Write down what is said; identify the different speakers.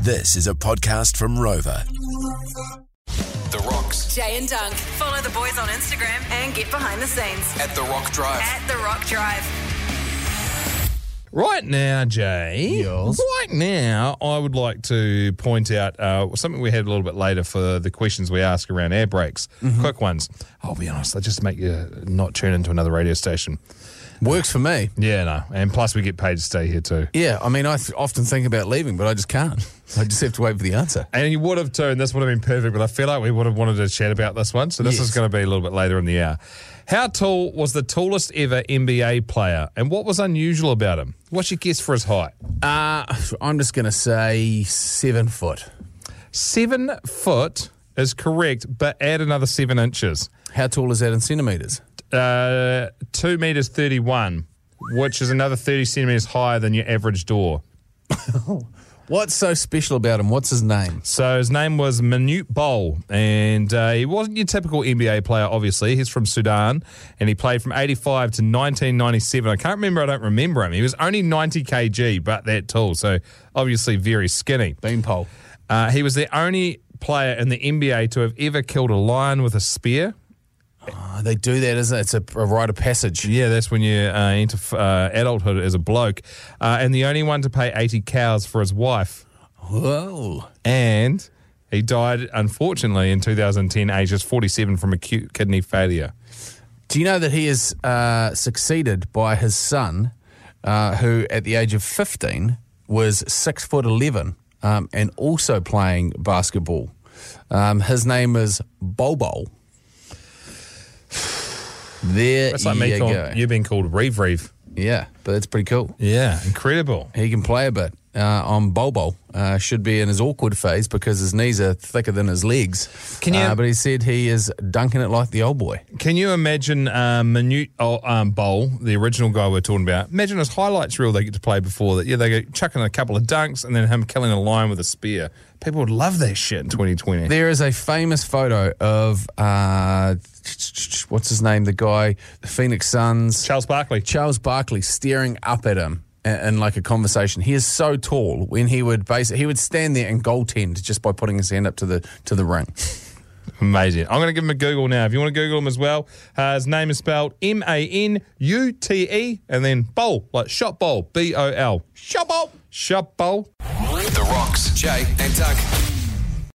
Speaker 1: This is a podcast from Rover.
Speaker 2: The Rocks
Speaker 3: Jay and Dunk. Follow the boys on Instagram and get behind the scenes
Speaker 2: at The Rock Drive.
Speaker 3: at The Rock Drive.
Speaker 4: Right now, Jay. Right now, I would like to point out uh, something we had a little bit later for the questions we ask around air brakes. Quick ones. I'll be honest, they just make you not tune into another radio station.
Speaker 5: Works for me.
Speaker 4: Yeah, no. And plus, we get paid to stay here too.
Speaker 5: Yeah, I mean, I th- often think about leaving, but I just can't. I just have to wait for the answer.
Speaker 4: And you would have too, and this would have been perfect, but I feel like we would have wanted to chat about this one. So this
Speaker 5: Yes.
Speaker 4: is going to be a little bit later in the hour. How tall was the tallest ever NBA player, and what was unusual about him? What's your guess for his height?
Speaker 5: Uh, I'm just going to say seven foot.
Speaker 4: Seven foot is correct, but add another seven inches.
Speaker 5: How tall is that in centimetres?
Speaker 4: Uh, two meters thirty-one, which is another thirty centimeters higher than your average door.
Speaker 5: What's so special about him? What's his name?
Speaker 4: So his name was Manute Bol, and uh, he wasn't your typical NBA player. Obviously, he's from Sudan, and he played from eighty-five to nineteen ninety-seven. I can't remember. I don't remember him. He was only ninety kg, but that tall. So obviously, very skinny.
Speaker 5: Beanpole.
Speaker 4: Uh, he was the only player in the NBA to have ever killed a lion with a spear.
Speaker 5: Oh, they do that, isn't it? It's a, a rite of passage.
Speaker 4: Yeah, that's when you uh, enter f- uh, adulthood as a bloke. Uh, and the only one to pay 80 cows for his wife.
Speaker 5: Whoa.
Speaker 4: And he died, unfortunately, in 2010, ages 47, from acute kidney failure.
Speaker 5: Do you know that he is uh, succeeded by his son, uh, who at the age of 15 was six foot 11 um, and also playing basketball? Um, his name is Bobo. There
Speaker 4: That's like me
Speaker 5: you
Speaker 4: calling,
Speaker 5: go.
Speaker 4: you being called Reeve Reeve.
Speaker 5: Yeah, but that's pretty cool.
Speaker 4: Yeah, incredible.
Speaker 5: He can play a bit uh, on Bobo. Uh, should be in his awkward phase because his knees are thicker than his legs.
Speaker 4: Can you-
Speaker 5: Uh, but he said he is dunking it like the old boy.
Speaker 4: Can you imagine uh, Minute oh, um, Bowl, the original guy we're talking about? Imagine his highlights reel they get to play before that. Yeah, they go chucking a couple of dunks and then him killing a lion with a spear. People would love that shit in 2020.
Speaker 5: There is a famous photo of uh, what's his name, the guy, the Phoenix Suns,
Speaker 4: Charles Barkley.
Speaker 5: Charles Barkley, staring up at him in, in like a conversation. He is so tall. When he would basically he would stand there and goaltend just by putting his hand up to the to the ring.
Speaker 4: Amazing. I'm going to give him a Google now. If you want to Google him as well, uh, his name is spelled M A N U T E and then bowl, like shot bowl, B O L. Shot bowl. Shot bowl.
Speaker 2: The Rocks, Jay and Doug.